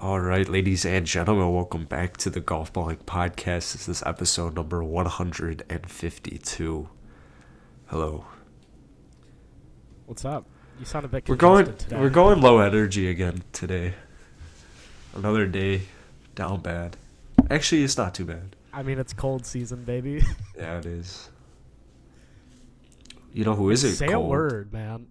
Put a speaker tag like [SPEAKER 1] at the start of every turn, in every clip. [SPEAKER 1] All right, ladies and gentlemen, welcome back to the Golf Balling Podcast. This is episode number 152. Hello.
[SPEAKER 2] What's up? You sound a bit.
[SPEAKER 1] We're going
[SPEAKER 2] congested Today.
[SPEAKER 1] we're going low energy again today. Another day down bad. Actually, it's not too bad.
[SPEAKER 2] I mean, it's cold season, baby.
[SPEAKER 1] Yeah, it is. You know who is it?
[SPEAKER 2] Say a word, man.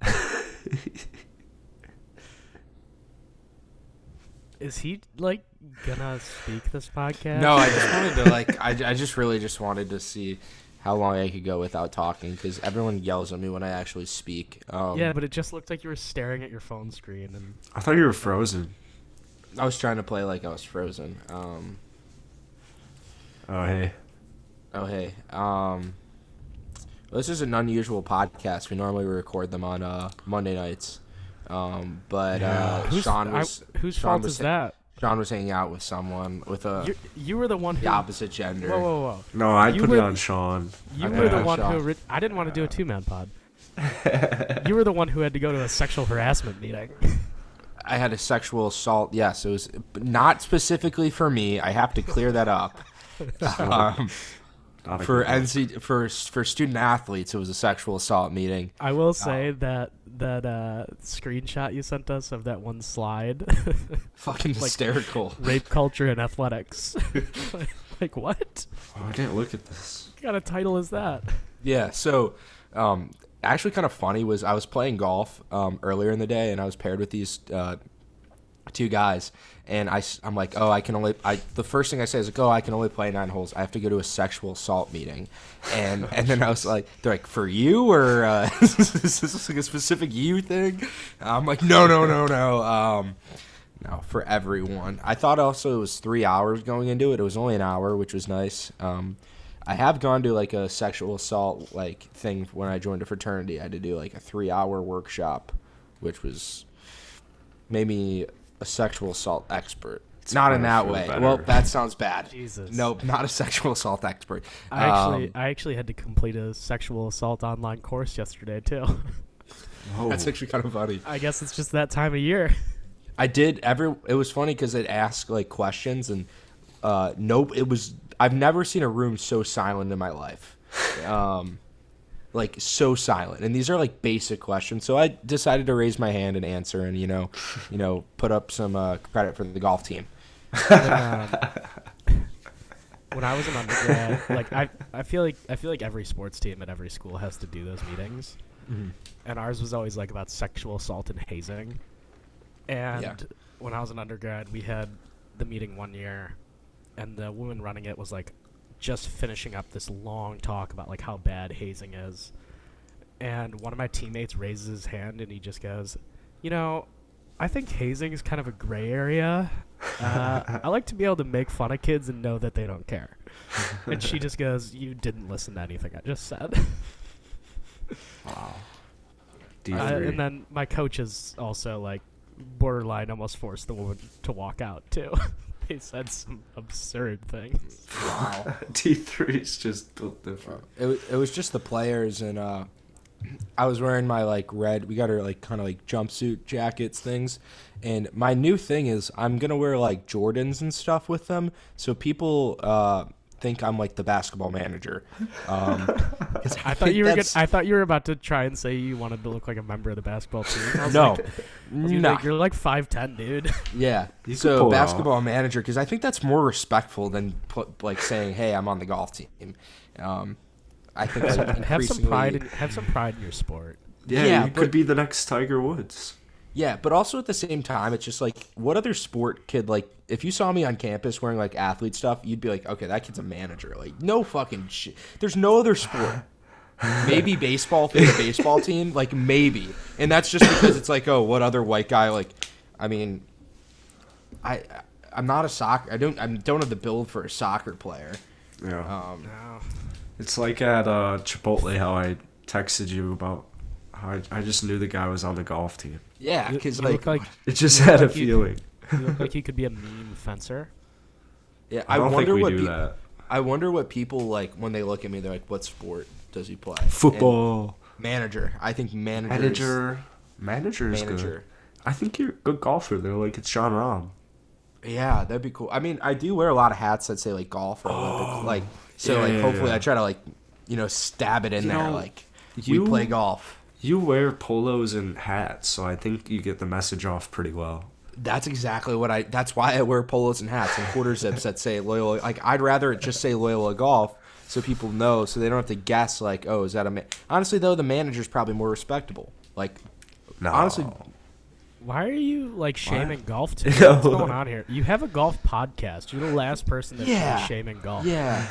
[SPEAKER 2] Is he like gonna speak this podcast?
[SPEAKER 3] No, I just wanted to like. I, I just really just wanted to see how long I could go without talking because everyone yells at me when I actually speak. Um,
[SPEAKER 2] yeah, but it just looked like you were staring at your phone screen, and
[SPEAKER 1] I thought you were frozen.
[SPEAKER 3] I was trying to play like I was frozen. Um,
[SPEAKER 1] Oh hey.
[SPEAKER 3] oh hey, um, well, this is an unusual podcast. We normally record them on uh, Monday nights, um, but uh,
[SPEAKER 2] who's,
[SPEAKER 3] Sean
[SPEAKER 2] I-
[SPEAKER 3] was
[SPEAKER 2] whose
[SPEAKER 3] Sean
[SPEAKER 2] fault
[SPEAKER 3] was
[SPEAKER 2] is
[SPEAKER 3] sa-
[SPEAKER 2] that?
[SPEAKER 3] Sean was hanging out with someone with a
[SPEAKER 2] You you were the one who.
[SPEAKER 3] the opposite gender.
[SPEAKER 2] whoa, whoa, whoa!
[SPEAKER 1] No, I
[SPEAKER 2] You
[SPEAKER 1] put it
[SPEAKER 2] would-
[SPEAKER 1] on Sean.
[SPEAKER 2] You
[SPEAKER 3] I
[SPEAKER 2] were the
[SPEAKER 3] know. Uh,
[SPEAKER 2] one who.
[SPEAKER 3] Shocked.
[SPEAKER 2] Ri- I didn't want to do a two man pod. you were the one who had to go to a sexual harassment meeting.
[SPEAKER 3] I had a sexual assault. Yes, it was not specifically for me. I have to clear that up. um,
[SPEAKER 1] Not
[SPEAKER 3] for
[SPEAKER 1] like-
[SPEAKER 3] NC for for student athletes, it was a sexual assault meeting.
[SPEAKER 2] I will say that that uh, screenshot you sent us of that one slide,
[SPEAKER 3] Fucking hysterical.
[SPEAKER 2] rape culture and athletics. like what
[SPEAKER 1] Oh, I didn't look at this.
[SPEAKER 2] kind of title is that?
[SPEAKER 3] Yeah. So, um, actually, kind of funny was I was playing golf um, earlier in the day, and I was paired with these uh, two guys, and I am like, oh, I can only. I the first thing I say is like, oh, I can only play nine holes. I have to go to a sexual assault meeting, and and then I was like, they're like, for you or uh, is this like a specific you thing? I'm like, no, no, no, no. Um, no, for everyone. I thought also it was three hours going into it. It was only an hour, which was nice. Um, I have gone to like a sexual assault like thing when I joined a fraternity. I had to do like a three-hour workshop, which was made me a sexual assault expert. not in
[SPEAKER 1] better
[SPEAKER 3] that
[SPEAKER 1] for the
[SPEAKER 3] way.
[SPEAKER 1] better.
[SPEAKER 3] Well, that sounds bad.
[SPEAKER 2] Jesus.
[SPEAKER 3] Nope, not a sexual assault expert.
[SPEAKER 2] I actually
[SPEAKER 3] Um,
[SPEAKER 2] I actually had to complete a sexual assault online course yesterday too.
[SPEAKER 1] Oh,
[SPEAKER 3] that's actually kind of funny.
[SPEAKER 2] I guess it's just that time of year.
[SPEAKER 3] I did every. It was funny because it asked like questions and uh, nope. It was. I've never seen a room so silent in my life. Um, like so silent. And these are like basic questions. So I decided to raise my hand and answer, and you know, you know, put up some uh, credit for the golf team.
[SPEAKER 2] when, um, when I was an undergrad, like I, I feel like I feel like every sports team at every school has to do those meetings, and ours was always like about sexual assault and hazing. And when I was an undergrad, we had the meeting one year, and the woman running it was like just finishing up this long talk about like how bad hazing is, and one of my teammates raises his hand and he just goes, "You know, I think hazing is kind of a gray area. Uh, I like to be able to make fun of kids and know that they don't care." And she just goes, "You didn't listen to anything I just said."
[SPEAKER 1] D3.
[SPEAKER 2] Uh, and then my coaches also like borderline almost forced the woman to walk out too. they said some absurd things.
[SPEAKER 1] D3 is just built different.
[SPEAKER 3] It, wa- it was just the players and uh I was wearing my like red. We got our like kind of like jumpsuit jackets things, and my new thing is I'm gonna wear like Jordans and stuff with them, so people uh, think I'm like the basketball manager. Um, 'cause
[SPEAKER 2] I thought
[SPEAKER 3] think
[SPEAKER 2] you were good,
[SPEAKER 3] that's-
[SPEAKER 2] I thought you were about to try and say you wanted to look like a member of the basketball team. I was
[SPEAKER 3] no,
[SPEAKER 2] like, dude,
[SPEAKER 3] no,
[SPEAKER 2] like, you're like five ten, dude.
[SPEAKER 3] yeah.
[SPEAKER 1] You could pull
[SPEAKER 3] So
[SPEAKER 1] it off.
[SPEAKER 3] basketball manager, because I think that's more respectful than put, like saying, "Hey, I'm on the golf team." Um, I think like,
[SPEAKER 2] have some
[SPEAKER 3] increasingly-
[SPEAKER 2] pride. In, have some pride in your sport.
[SPEAKER 1] Yeah,
[SPEAKER 3] Yeah,
[SPEAKER 1] you
[SPEAKER 3] but-
[SPEAKER 1] could be the next Tiger Woods.
[SPEAKER 3] Yeah, but also at the same time, it's just like, what other sport could like, if you saw me on campus wearing like athlete stuff, you'd be like, okay, that kid's a manager. Like, no fucking shit. There's no other sport. Maybe baseball for the baseball team, like maybe, and that's just because it's like, oh, what other white guy? Like, I mean, I, I'm not a soccer. I don't, I don't have the build for a soccer player.
[SPEAKER 1] Yeah.
[SPEAKER 3] Um,
[SPEAKER 2] No.
[SPEAKER 1] It's like at uh, Chipotle how I texted you about how I, I just knew the guy was on the golf team.
[SPEAKER 3] yeah,
[SPEAKER 2] You,
[SPEAKER 3] because
[SPEAKER 2] you
[SPEAKER 3] like,
[SPEAKER 2] look like
[SPEAKER 1] It just had a
[SPEAKER 2] like you-
[SPEAKER 1] feeling.
[SPEAKER 2] you look like you could be a meme fencer.
[SPEAKER 3] yeah,
[SPEAKER 1] I
[SPEAKER 3] I,
[SPEAKER 1] don't think
[SPEAKER 3] wonder
[SPEAKER 1] we
[SPEAKER 3] what
[SPEAKER 1] do
[SPEAKER 3] peop-
[SPEAKER 1] that.
[SPEAKER 3] I wonder what people like when they look at me. They're like, what sport does he play? And-
[SPEAKER 1] Football.
[SPEAKER 3] Manager. I think manager. is-
[SPEAKER 1] Manager. Manager is
[SPEAKER 3] Manager.
[SPEAKER 1] good. I think you're a good golfer. They're like, it's John Rahm.
[SPEAKER 3] Yeah, that'd be cool. I mean, I do wear a lot of hats that say like golf or Olympic, like so.
[SPEAKER 1] yeah,
[SPEAKER 3] like,
[SPEAKER 1] yeah,
[SPEAKER 3] hopefully,
[SPEAKER 1] yeah.
[SPEAKER 3] I try to like, you know, stab it in
[SPEAKER 1] You
[SPEAKER 3] there.
[SPEAKER 1] know,
[SPEAKER 3] like,
[SPEAKER 1] you-
[SPEAKER 3] we play golf.
[SPEAKER 1] You wear polos and hats, so I think you get the message off pretty well.
[SPEAKER 3] That's exactly what I. That's why I wear polos and hats and quarter zips that say Loyola. Like, I'd rather it just say Loyola Golf so people know, so they don't have to guess. Like, oh, is that a man? Honestly, though, the manager's probably more respectable. Like,
[SPEAKER 1] No.
[SPEAKER 3] honestly,
[SPEAKER 2] Why are you like shaming golf today?
[SPEAKER 1] Yo.
[SPEAKER 2] What's going on here? You have a golf podcast. You're the last person that's
[SPEAKER 3] Yeah.
[SPEAKER 2] shaming
[SPEAKER 3] Oh.
[SPEAKER 2] golf.
[SPEAKER 3] yeah,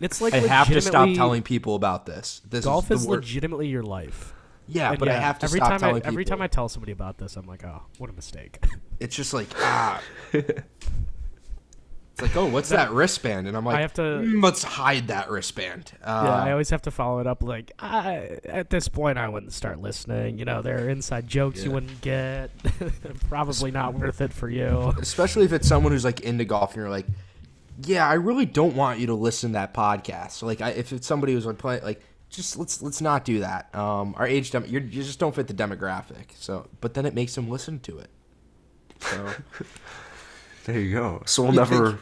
[SPEAKER 2] It's like
[SPEAKER 3] I have to stop
[SPEAKER 2] legitimately-
[SPEAKER 3] telling people about this. This
[SPEAKER 2] golf
[SPEAKER 3] is,
[SPEAKER 2] is
[SPEAKER 3] the wor-
[SPEAKER 2] legitimately your life.
[SPEAKER 3] Yeah,
[SPEAKER 2] And
[SPEAKER 3] but I have to
[SPEAKER 2] every
[SPEAKER 3] stop
[SPEAKER 2] time
[SPEAKER 3] telling
[SPEAKER 2] I,
[SPEAKER 3] people.
[SPEAKER 2] Every time I tell somebody about this, I'm like, oh, what a mistake.
[SPEAKER 3] it's just like ah. it's like oh, what's that wristband? And I'm like,
[SPEAKER 2] I have to-
[SPEAKER 3] "Mm, let's hide that wristband. Uh,
[SPEAKER 2] yeah, I always have to follow it up. Like, I, at this point, I wouldn't start listening. You know, there are inside jokes you
[SPEAKER 3] Yeah.
[SPEAKER 2] wouldn't get. Probably not worth it for you.
[SPEAKER 3] especially if it's someone who's like into golf and you're like, yeah, I really don't want you to listen to that podcast. So, like, I, if it's somebody who's like playing, like, just let's let's not do that. Um, our age, dem- you're, you just don't fit the demographic. So, but then it makes them listen to it. So
[SPEAKER 1] There you go. So we'll never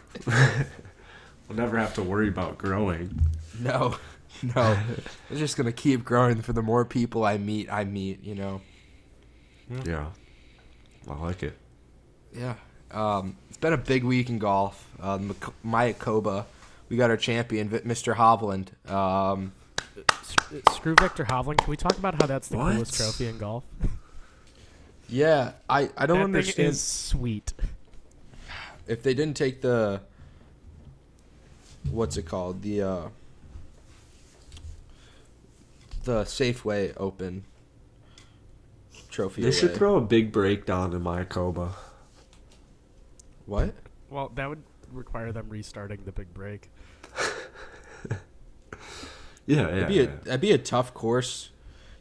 [SPEAKER 1] we'll never have to worry about growing.
[SPEAKER 3] no, no, it's just gonna keep growing for the more people I meet. I meet, you know.
[SPEAKER 1] Yeah. I like it.
[SPEAKER 3] Yeah. Um, it's been a big week in golf. Uh, Mak- Mayakoba, we got our champion, Vi- Mr. Hovland. Um,
[SPEAKER 2] S- Screw Victor Hovland. Can we talk about how that's the
[SPEAKER 1] What?
[SPEAKER 2] coolest trophy in golf?
[SPEAKER 3] yeah, I,
[SPEAKER 2] that
[SPEAKER 3] I don't
[SPEAKER 2] thing
[SPEAKER 3] understand
[SPEAKER 2] is sweet.
[SPEAKER 3] if they didn't take the what's it called the uh, the Safeway Open trophy.
[SPEAKER 1] They should
[SPEAKER 3] away.
[SPEAKER 1] throw a big breakdown in Mayakoba.
[SPEAKER 3] what?
[SPEAKER 2] Well, that would require them restarting the big break.
[SPEAKER 1] Yeah, yeah.
[SPEAKER 3] That'd be a
[SPEAKER 1] yeah.
[SPEAKER 3] that'd be a tough course.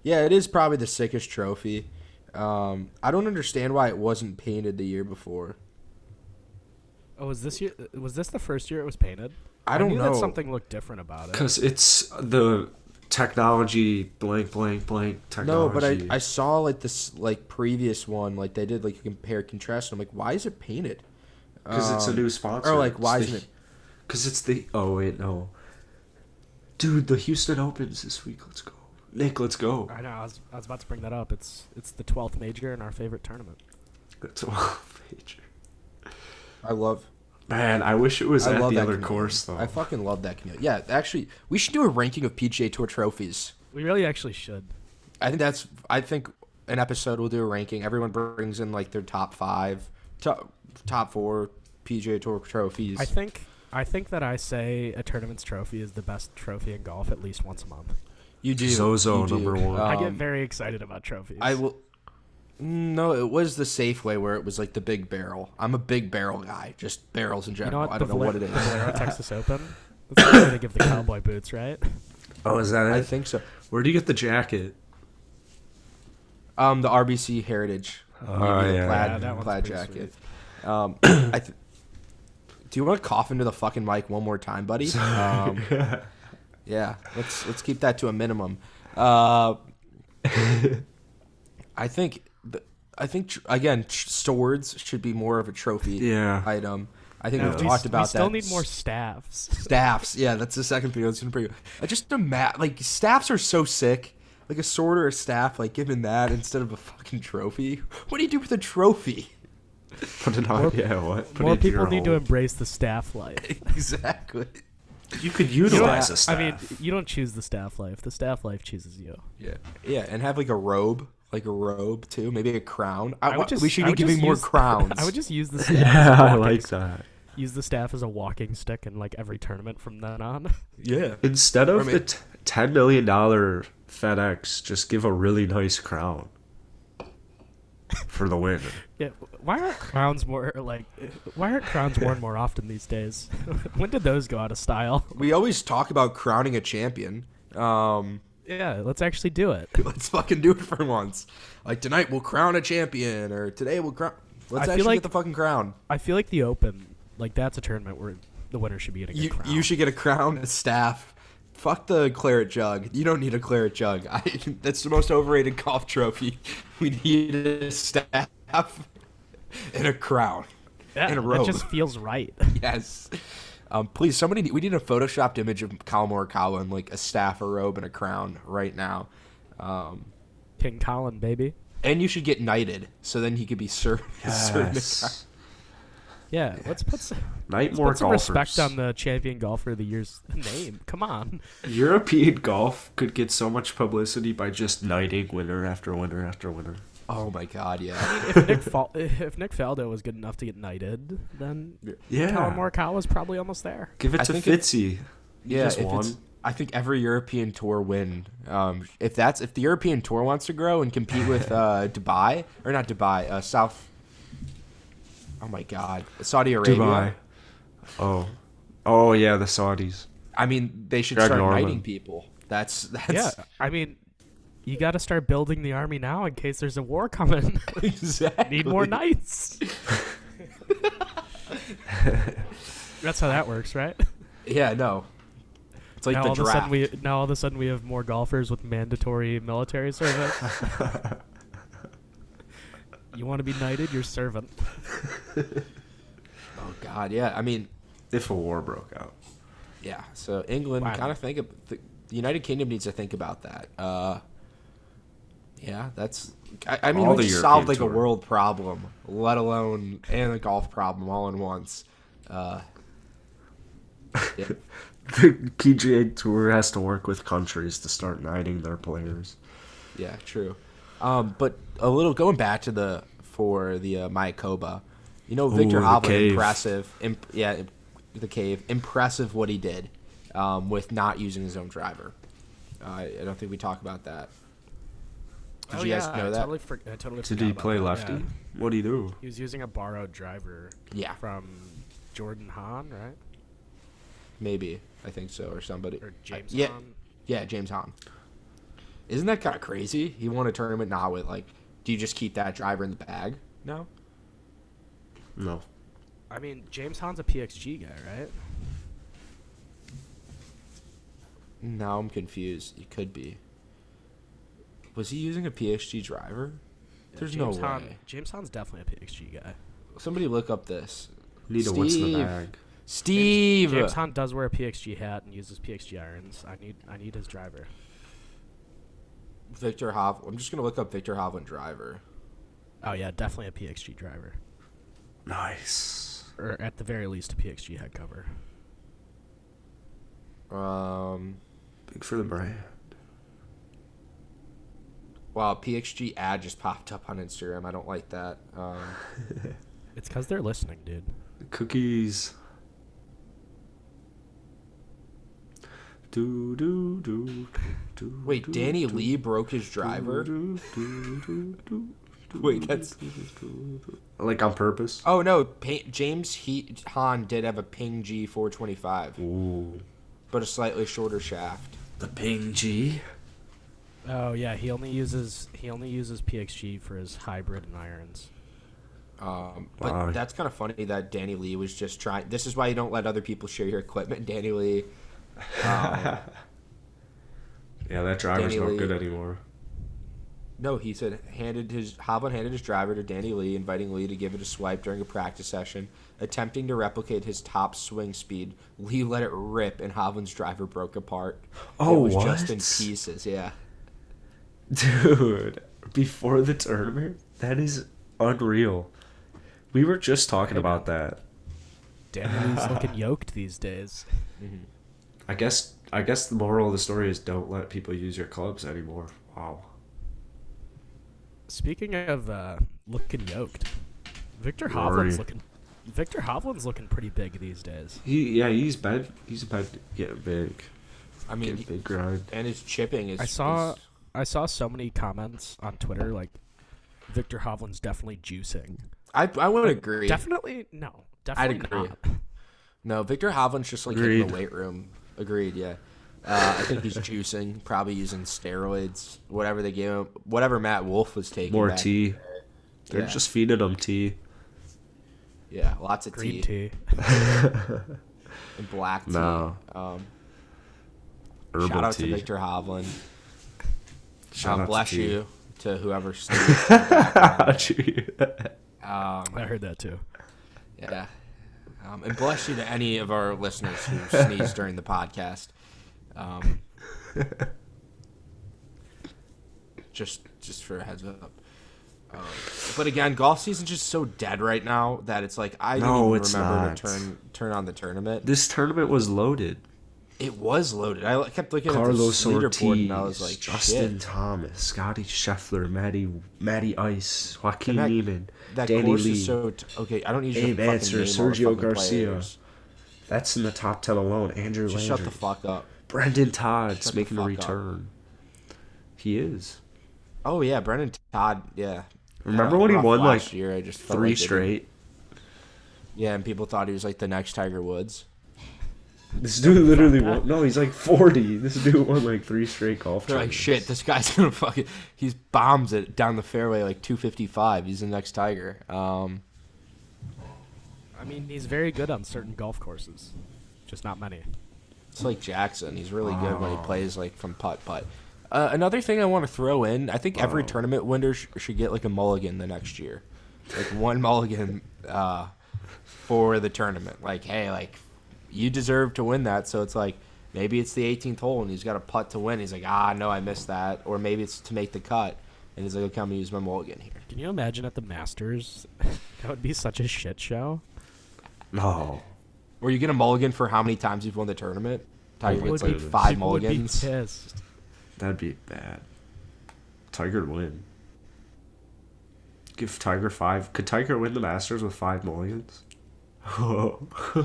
[SPEAKER 3] Yeah, it is probably the sickest trophy. Um, I don't understand why it wasn't painted the year before.
[SPEAKER 2] Oh, was this year? Was this the first year it was painted?
[SPEAKER 3] I don't
[SPEAKER 2] knew
[SPEAKER 3] know.
[SPEAKER 2] That something looked different about it.
[SPEAKER 1] Because it's the technology blank blank blank
[SPEAKER 3] No, but I,
[SPEAKER 1] technology.
[SPEAKER 3] I saw like this like previous one like they did like you compare contrast. And I'm like, why is it painted?
[SPEAKER 1] because it's a
[SPEAKER 3] Um,
[SPEAKER 1] new sponsor.
[SPEAKER 3] Or like, why isn't it?
[SPEAKER 1] Because it's the oh wait no, dude, the Houston Opens this week. Let's go, Nick. Let's go.
[SPEAKER 2] I know. I was, I was about to bring that up. It's it's the twelfth major in our favorite tournament.
[SPEAKER 1] That's all major.
[SPEAKER 3] I love.
[SPEAKER 1] Man, I wish it was
[SPEAKER 3] I
[SPEAKER 1] at
[SPEAKER 3] love
[SPEAKER 1] the
[SPEAKER 3] that
[SPEAKER 1] other
[SPEAKER 3] community.
[SPEAKER 1] course though.
[SPEAKER 3] I fucking love that community. Yeah, actually, we should do a ranking of PGA Tour trophies.
[SPEAKER 2] We really actually should.
[SPEAKER 3] I think that's. I think an episode will do a ranking. Everyone brings in like their top five, top top four PGA Tour trophies.
[SPEAKER 2] I think I think that I say a tournament's trophy is the best trophy in golf at least once a month.
[SPEAKER 3] you do.
[SPEAKER 1] Zozo
[SPEAKER 3] you do.
[SPEAKER 1] number one.
[SPEAKER 2] I get
[SPEAKER 3] Um,
[SPEAKER 2] very excited about trophies.
[SPEAKER 3] I will. No, it was the Safeway where it was like the big barrel. I'm a big barrel guy, just barrels in
[SPEAKER 2] you
[SPEAKER 3] general.
[SPEAKER 2] know what?
[SPEAKER 3] I
[SPEAKER 2] the
[SPEAKER 3] don't know
[SPEAKER 2] Valero-
[SPEAKER 3] what it
[SPEAKER 2] The
[SPEAKER 3] is.
[SPEAKER 2] Valero Texas Open. That's the one they give the cowboy boots, right?
[SPEAKER 1] oh, is that it?
[SPEAKER 3] I think so.
[SPEAKER 1] Where do you get the jacket?
[SPEAKER 3] Um, the RBC Heritage.
[SPEAKER 1] Oh,
[SPEAKER 3] Maybe the
[SPEAKER 1] yeah.
[SPEAKER 3] plaid,
[SPEAKER 2] Yeah, that one's
[SPEAKER 3] plaid
[SPEAKER 2] pretty
[SPEAKER 3] jacket. Um, I th- do you want to cough into the fucking mic one more time, buddy? Um, yeah, let's let's keep that to a minimum. Uh, I think th- I think tr- again, tr- swords should be more of a trophy
[SPEAKER 1] Yeah.
[SPEAKER 3] item. I think
[SPEAKER 2] No,
[SPEAKER 3] we've
[SPEAKER 2] we
[SPEAKER 3] talked
[SPEAKER 2] s-
[SPEAKER 3] about
[SPEAKER 2] we still
[SPEAKER 3] that.
[SPEAKER 2] need more
[SPEAKER 3] S-
[SPEAKER 2] staffs.
[SPEAKER 3] staffs. Yeah, that's the second thing. That's gonna pretty. I just a mat like staffs are so sick. Like a sword or a staff, like given that instead of a fucking trophy. What do you do with a trophy?
[SPEAKER 1] Put it on. yeah, what? Put
[SPEAKER 2] More
[SPEAKER 1] it in your
[SPEAKER 2] people need to
[SPEAKER 1] hole.
[SPEAKER 2] embrace the staff life.
[SPEAKER 3] exactly.
[SPEAKER 1] You could
[SPEAKER 2] You don't-
[SPEAKER 1] utilize this.
[SPEAKER 2] I mean, you don't choose the staff life. The staff life chooses you.
[SPEAKER 3] Yeah. Yeah, and have like a robe, like a robe too, maybe a crown. I,
[SPEAKER 2] I would just,
[SPEAKER 3] we should
[SPEAKER 2] I
[SPEAKER 3] be
[SPEAKER 2] would just
[SPEAKER 3] giving more
[SPEAKER 2] use-
[SPEAKER 3] crowns.
[SPEAKER 2] I would just use the staff. as
[SPEAKER 1] yeah,
[SPEAKER 2] a
[SPEAKER 1] I
[SPEAKER 2] walking
[SPEAKER 1] like
[SPEAKER 2] s-
[SPEAKER 1] that.
[SPEAKER 2] Use the staff as a walking stick in like every tournament from then on.
[SPEAKER 3] yeah.
[SPEAKER 1] Instead
[SPEAKER 3] Or
[SPEAKER 1] of
[SPEAKER 3] ma-
[SPEAKER 1] the t- ten million dollar FedEx, just give a really nice crown for the winner.
[SPEAKER 2] yeah, why aren't crowns more like? Why aren't crowns worn more often these days? when did those go out of style?
[SPEAKER 3] We always talk about crowning a champion. Um
[SPEAKER 2] Yeah, let's actually do it.
[SPEAKER 3] let's fucking do it for once. Like tonight we'll crown a champion or today we'll crown Let's
[SPEAKER 2] I feel
[SPEAKER 3] actually
[SPEAKER 2] like-
[SPEAKER 3] get the fucking crown.
[SPEAKER 2] I feel like the Open, like that's a tournament where the winner should be getting a
[SPEAKER 3] You
[SPEAKER 2] crown.
[SPEAKER 3] you should get a crown, a staff. Fuck the claret jug. You don't need a claret jug. I, that's the most overrated golf trophy. We need a staff have in a crown.
[SPEAKER 2] Yeah,
[SPEAKER 3] In a
[SPEAKER 2] That
[SPEAKER 3] robe.
[SPEAKER 2] just feels right.
[SPEAKER 3] Yes. Um, please, somebody, we need a photoshopped image of Kyle Morikawa in like a staff, a robe, and a crown right now. Um,
[SPEAKER 2] King Colin, baby.
[SPEAKER 3] and you should get knighted, so then he could be Sir. Sir Nick-
[SPEAKER 1] Yes.
[SPEAKER 2] Yeah, let's put some,
[SPEAKER 1] Knight
[SPEAKER 2] let's
[SPEAKER 1] more
[SPEAKER 2] put some respect
[SPEAKER 1] golfers.
[SPEAKER 2] on the champion golfer of the year's name. Come on.
[SPEAKER 1] European golf could get so much publicity by just knighting winner after winner after winner.
[SPEAKER 3] Oh my God! Yeah.
[SPEAKER 2] If Nick, Fal- if Nick Faldo was good enough to get knighted, then
[SPEAKER 1] Yeah.
[SPEAKER 2] Colin Morikawa's probably almost there.
[SPEAKER 1] Give it
[SPEAKER 3] I
[SPEAKER 1] to
[SPEAKER 3] think it-
[SPEAKER 1] Fitzy. He
[SPEAKER 3] yeah.
[SPEAKER 1] just
[SPEAKER 3] if
[SPEAKER 1] won.
[SPEAKER 3] it's, I think every European tour win. Um, if that's if the European tour wants to grow and compete with uh, Dubai or not Dubai, uh, South. Oh my God, Saudi Arabia.
[SPEAKER 1] Dubai. Oh. Oh yeah, the Saudis.
[SPEAKER 3] I mean, they should
[SPEAKER 1] Greg
[SPEAKER 3] start
[SPEAKER 1] Norman.
[SPEAKER 3] knighting people. That's that's
[SPEAKER 2] Yeah, I mean, you got to start building the army now in case there's a war coming.
[SPEAKER 3] exactly.
[SPEAKER 2] Need more knights. That's how that works, right?
[SPEAKER 3] Yeah, no. It's like
[SPEAKER 2] now
[SPEAKER 3] the
[SPEAKER 2] all
[SPEAKER 3] draft.
[SPEAKER 2] of a sudden we now all of a sudden we have more golfers with mandatory military service. you want to be knighted, you're servant.
[SPEAKER 3] oh God, yeah. I mean,
[SPEAKER 1] If a war broke out.
[SPEAKER 3] yeah. So England
[SPEAKER 2] Wow.
[SPEAKER 3] kind of think of the, the United Kingdom needs to think about that. Uh, yeah, that's. I, I mean,
[SPEAKER 1] All
[SPEAKER 3] we
[SPEAKER 1] the
[SPEAKER 3] just solved like
[SPEAKER 1] European
[SPEAKER 3] a
[SPEAKER 1] tour.
[SPEAKER 3] world problem, let alone and a golf problem all in once. Uh, yeah.
[SPEAKER 1] The PGA Tour has to work with countries to start knighting their players.
[SPEAKER 3] Yeah, true. Um, but a little going back to the for the uh, Mayakoba, you know Victor
[SPEAKER 1] Ooh, the
[SPEAKER 3] Hovland,
[SPEAKER 1] cave.
[SPEAKER 3] impressive. Imp- yeah, imp- the cave, impressive what he did um, with not using his own driver. Uh, I I don't think we talk about that. Did you guys know
[SPEAKER 2] Oh, I
[SPEAKER 3] that?
[SPEAKER 2] Totally for, I totally
[SPEAKER 1] Did
[SPEAKER 2] forgot
[SPEAKER 1] he
[SPEAKER 2] about
[SPEAKER 1] play
[SPEAKER 2] that,
[SPEAKER 1] lefty?
[SPEAKER 2] yeah.
[SPEAKER 1] What do you do?
[SPEAKER 2] He was using a borrowed driver
[SPEAKER 3] Yeah,
[SPEAKER 2] from Jordan Hahn, right?
[SPEAKER 3] maybe I think so, or somebody.
[SPEAKER 2] Or James
[SPEAKER 3] yeah,
[SPEAKER 2] Hahn.
[SPEAKER 3] yeah, James Hahn. Isn't that kind of crazy? He won a tournament now with like, do you just keep that driver in the bag? No.
[SPEAKER 1] No.
[SPEAKER 2] I mean, James Hahn's a PXG guy, right?
[SPEAKER 3] Now I'm confused. It could be. Was he using a PXG driver? There's
[SPEAKER 2] James
[SPEAKER 3] no
[SPEAKER 2] Hahn,
[SPEAKER 3] way.
[SPEAKER 2] James Hahn's definitely a PXG guy.
[SPEAKER 3] Somebody look up this.
[SPEAKER 1] Need a what's in the
[SPEAKER 3] Steve.
[SPEAKER 1] bag.
[SPEAKER 3] Steve.
[SPEAKER 2] James Hahn does wear a PXG hat and uses PXG irons. I need I need his driver.
[SPEAKER 3] Victor Hov. I'm just gonna look up Victor Hovland driver.
[SPEAKER 2] Oh yeah, definitely a PXG driver,
[SPEAKER 1] Nice.
[SPEAKER 2] or at the very least a PXG head cover.
[SPEAKER 3] Um.
[SPEAKER 1] Big for the brand.
[SPEAKER 3] Wow, PXG ad just popped up on Instagram. I don't like that. Um,
[SPEAKER 2] It's because they're listening, dude.
[SPEAKER 1] Cookies. Do do do do.
[SPEAKER 3] wait,
[SPEAKER 1] do,
[SPEAKER 3] Danny
[SPEAKER 1] do,
[SPEAKER 3] Lee broke his driver.
[SPEAKER 1] do, do, do, do, do,
[SPEAKER 3] Wait, that's-
[SPEAKER 1] do, do, do. like on purpose.
[SPEAKER 3] Oh no, pa- James he- Hahn did have a Ping G425,
[SPEAKER 1] Ooh,
[SPEAKER 3] but a slightly shorter shaft.
[SPEAKER 1] the ping G.
[SPEAKER 2] Oh yeah, he only uses he only uses PXG for his hybrid and irons.
[SPEAKER 3] Um, but
[SPEAKER 1] Wow.
[SPEAKER 3] that's kind of funny that Danny Lee was just trying. This is why you don't let other people share your equipment, Danny Lee. Um,
[SPEAKER 1] Yeah, that driver's
[SPEAKER 3] Danny
[SPEAKER 1] not good
[SPEAKER 3] Lee.
[SPEAKER 1] anymore.
[SPEAKER 3] no, he said handed his Hovland handed his driver to Danny Lee, inviting Lee to give it a swipe during a practice session, attempting to replicate his top swing speed. Lee let it rip, and Hovland's driver broke apart.
[SPEAKER 1] Oh,
[SPEAKER 3] it was just in
[SPEAKER 1] what?
[SPEAKER 3] pieces. Yeah,
[SPEAKER 1] Dude, before the tournament, that is unreal. We were just talking about that.
[SPEAKER 2] Danny's looking yoked these days.
[SPEAKER 1] I guess I guess the moral of the story is don't let people use your clubs anymore. Wow.
[SPEAKER 2] Speaking of uh, looking yoked, Victor
[SPEAKER 1] Rory.
[SPEAKER 2] Hovland's looking Victor Hovland's looking pretty big these days.
[SPEAKER 1] He yeah, he's bad he's about to get big.
[SPEAKER 3] I mean,
[SPEAKER 1] Get
[SPEAKER 3] he-
[SPEAKER 1] big grind.
[SPEAKER 3] and his chipping is.
[SPEAKER 2] I saw
[SPEAKER 3] is-
[SPEAKER 2] I saw so many comments on Twitter like Victor Hovland's definitely juicing.
[SPEAKER 3] I I would agree.
[SPEAKER 2] Definitely no. Definitely
[SPEAKER 3] agree.
[SPEAKER 2] not.
[SPEAKER 3] No, Victor Hovland's just like hitting the
[SPEAKER 1] Agreed.
[SPEAKER 3] weight room. Agreed. Yeah, uh, I think he's juicing, probably using steroids, whatever they gave him, whatever Matt Wolf was taking.
[SPEAKER 1] More
[SPEAKER 3] back.
[SPEAKER 1] tea. They're
[SPEAKER 3] Yeah.
[SPEAKER 1] just feeding him tea.
[SPEAKER 3] Yeah, lots of
[SPEAKER 2] Green
[SPEAKER 3] tea,
[SPEAKER 2] tea.
[SPEAKER 3] and black tea.
[SPEAKER 1] No.
[SPEAKER 3] Um,
[SPEAKER 1] Herbal
[SPEAKER 3] shout out
[SPEAKER 1] tea.
[SPEAKER 3] to Victor Hovland.
[SPEAKER 1] Shout
[SPEAKER 3] um,
[SPEAKER 1] out to
[SPEAKER 3] bless
[SPEAKER 1] tea.
[SPEAKER 3] you. to whoever.
[SPEAKER 1] How'd you hear that?
[SPEAKER 3] Um,
[SPEAKER 2] I heard that too.
[SPEAKER 3] yeah. Um, and bless you to any of our listeners who sneeze during the podcast. Um, just just for a heads up. Um, but again, golf season's just so dead right now that it's like I
[SPEAKER 1] No,
[SPEAKER 3] don't even
[SPEAKER 1] it's
[SPEAKER 3] remember
[SPEAKER 1] not.
[SPEAKER 3] to turn turn on the tournament.
[SPEAKER 1] This tournament was loaded.
[SPEAKER 3] It was loaded. I kept looking
[SPEAKER 1] Carlos
[SPEAKER 3] at the leaderboard
[SPEAKER 1] Ortiz,
[SPEAKER 3] and I was like,
[SPEAKER 1] Justin
[SPEAKER 3] shit.
[SPEAKER 1] Thomas, Scotty Scheffler, Matty, Matty Ice, Joaquin
[SPEAKER 3] And that-
[SPEAKER 1] Neiman,
[SPEAKER 3] That
[SPEAKER 1] Danny
[SPEAKER 3] course
[SPEAKER 1] Lee.
[SPEAKER 3] is so t- okay. I don't need you
[SPEAKER 1] Abe
[SPEAKER 3] to fucking
[SPEAKER 1] Answer,
[SPEAKER 3] name all the
[SPEAKER 1] Sergio
[SPEAKER 3] fucking
[SPEAKER 1] Garcia.
[SPEAKER 3] players.
[SPEAKER 1] That's in the top ten alone. Andrew
[SPEAKER 3] Just shut
[SPEAKER 1] Landry,
[SPEAKER 3] the fuck up.
[SPEAKER 1] Brendan Todd's
[SPEAKER 3] Shut the
[SPEAKER 1] making a
[SPEAKER 3] fuck up.
[SPEAKER 1] return. He is.
[SPEAKER 3] Oh yeah, Brendan Todd. Yeah.
[SPEAKER 1] Remember
[SPEAKER 3] Uh,
[SPEAKER 1] when he
[SPEAKER 3] rough
[SPEAKER 1] won,
[SPEAKER 3] last
[SPEAKER 1] like,
[SPEAKER 3] year? I just felt
[SPEAKER 1] Three
[SPEAKER 3] like they didn't-
[SPEAKER 1] straight.
[SPEAKER 3] Yeah, and people thought he was like the next Tiger Woods.
[SPEAKER 1] This dude literally won. No, he's like forty. This dude won like three straight golf.
[SPEAKER 3] They're like,
[SPEAKER 1] tournaments.
[SPEAKER 3] shit, this guy's gonna fucking. He's bombs it down the fairway like 255. He's the next Tiger. Um,
[SPEAKER 2] I mean, he's very good on certain golf courses, just not many.
[SPEAKER 3] It's like Jackson. He's really good when he plays like from putt putt. Uh, another thing I want to throw in, I think
[SPEAKER 2] Oh.
[SPEAKER 3] every tournament winner sh- should get like a mulligan the next year, like one mulligan uh, for the tournament. Like, hey, like you deserve to win that. So it's like maybe it's the 18th hole and he's got a putt to win. He's like, ah, no, I missed that. Or maybe it's to make the cut, and he's like, okay, I'm gonna use my mulligan here.
[SPEAKER 2] Can you imagine at the Masters? that would be such a shit show.
[SPEAKER 1] No.
[SPEAKER 3] Or you get a mulligan for how many times you've won the tournament. Tiger
[SPEAKER 1] my
[SPEAKER 3] gets like
[SPEAKER 1] goodness.
[SPEAKER 3] five
[SPEAKER 2] People would be
[SPEAKER 3] mulligans.
[SPEAKER 2] pissed.
[SPEAKER 1] That'd be bad. Tiger would win. Give Tiger five. Could Tiger win the Masters with five mulligans?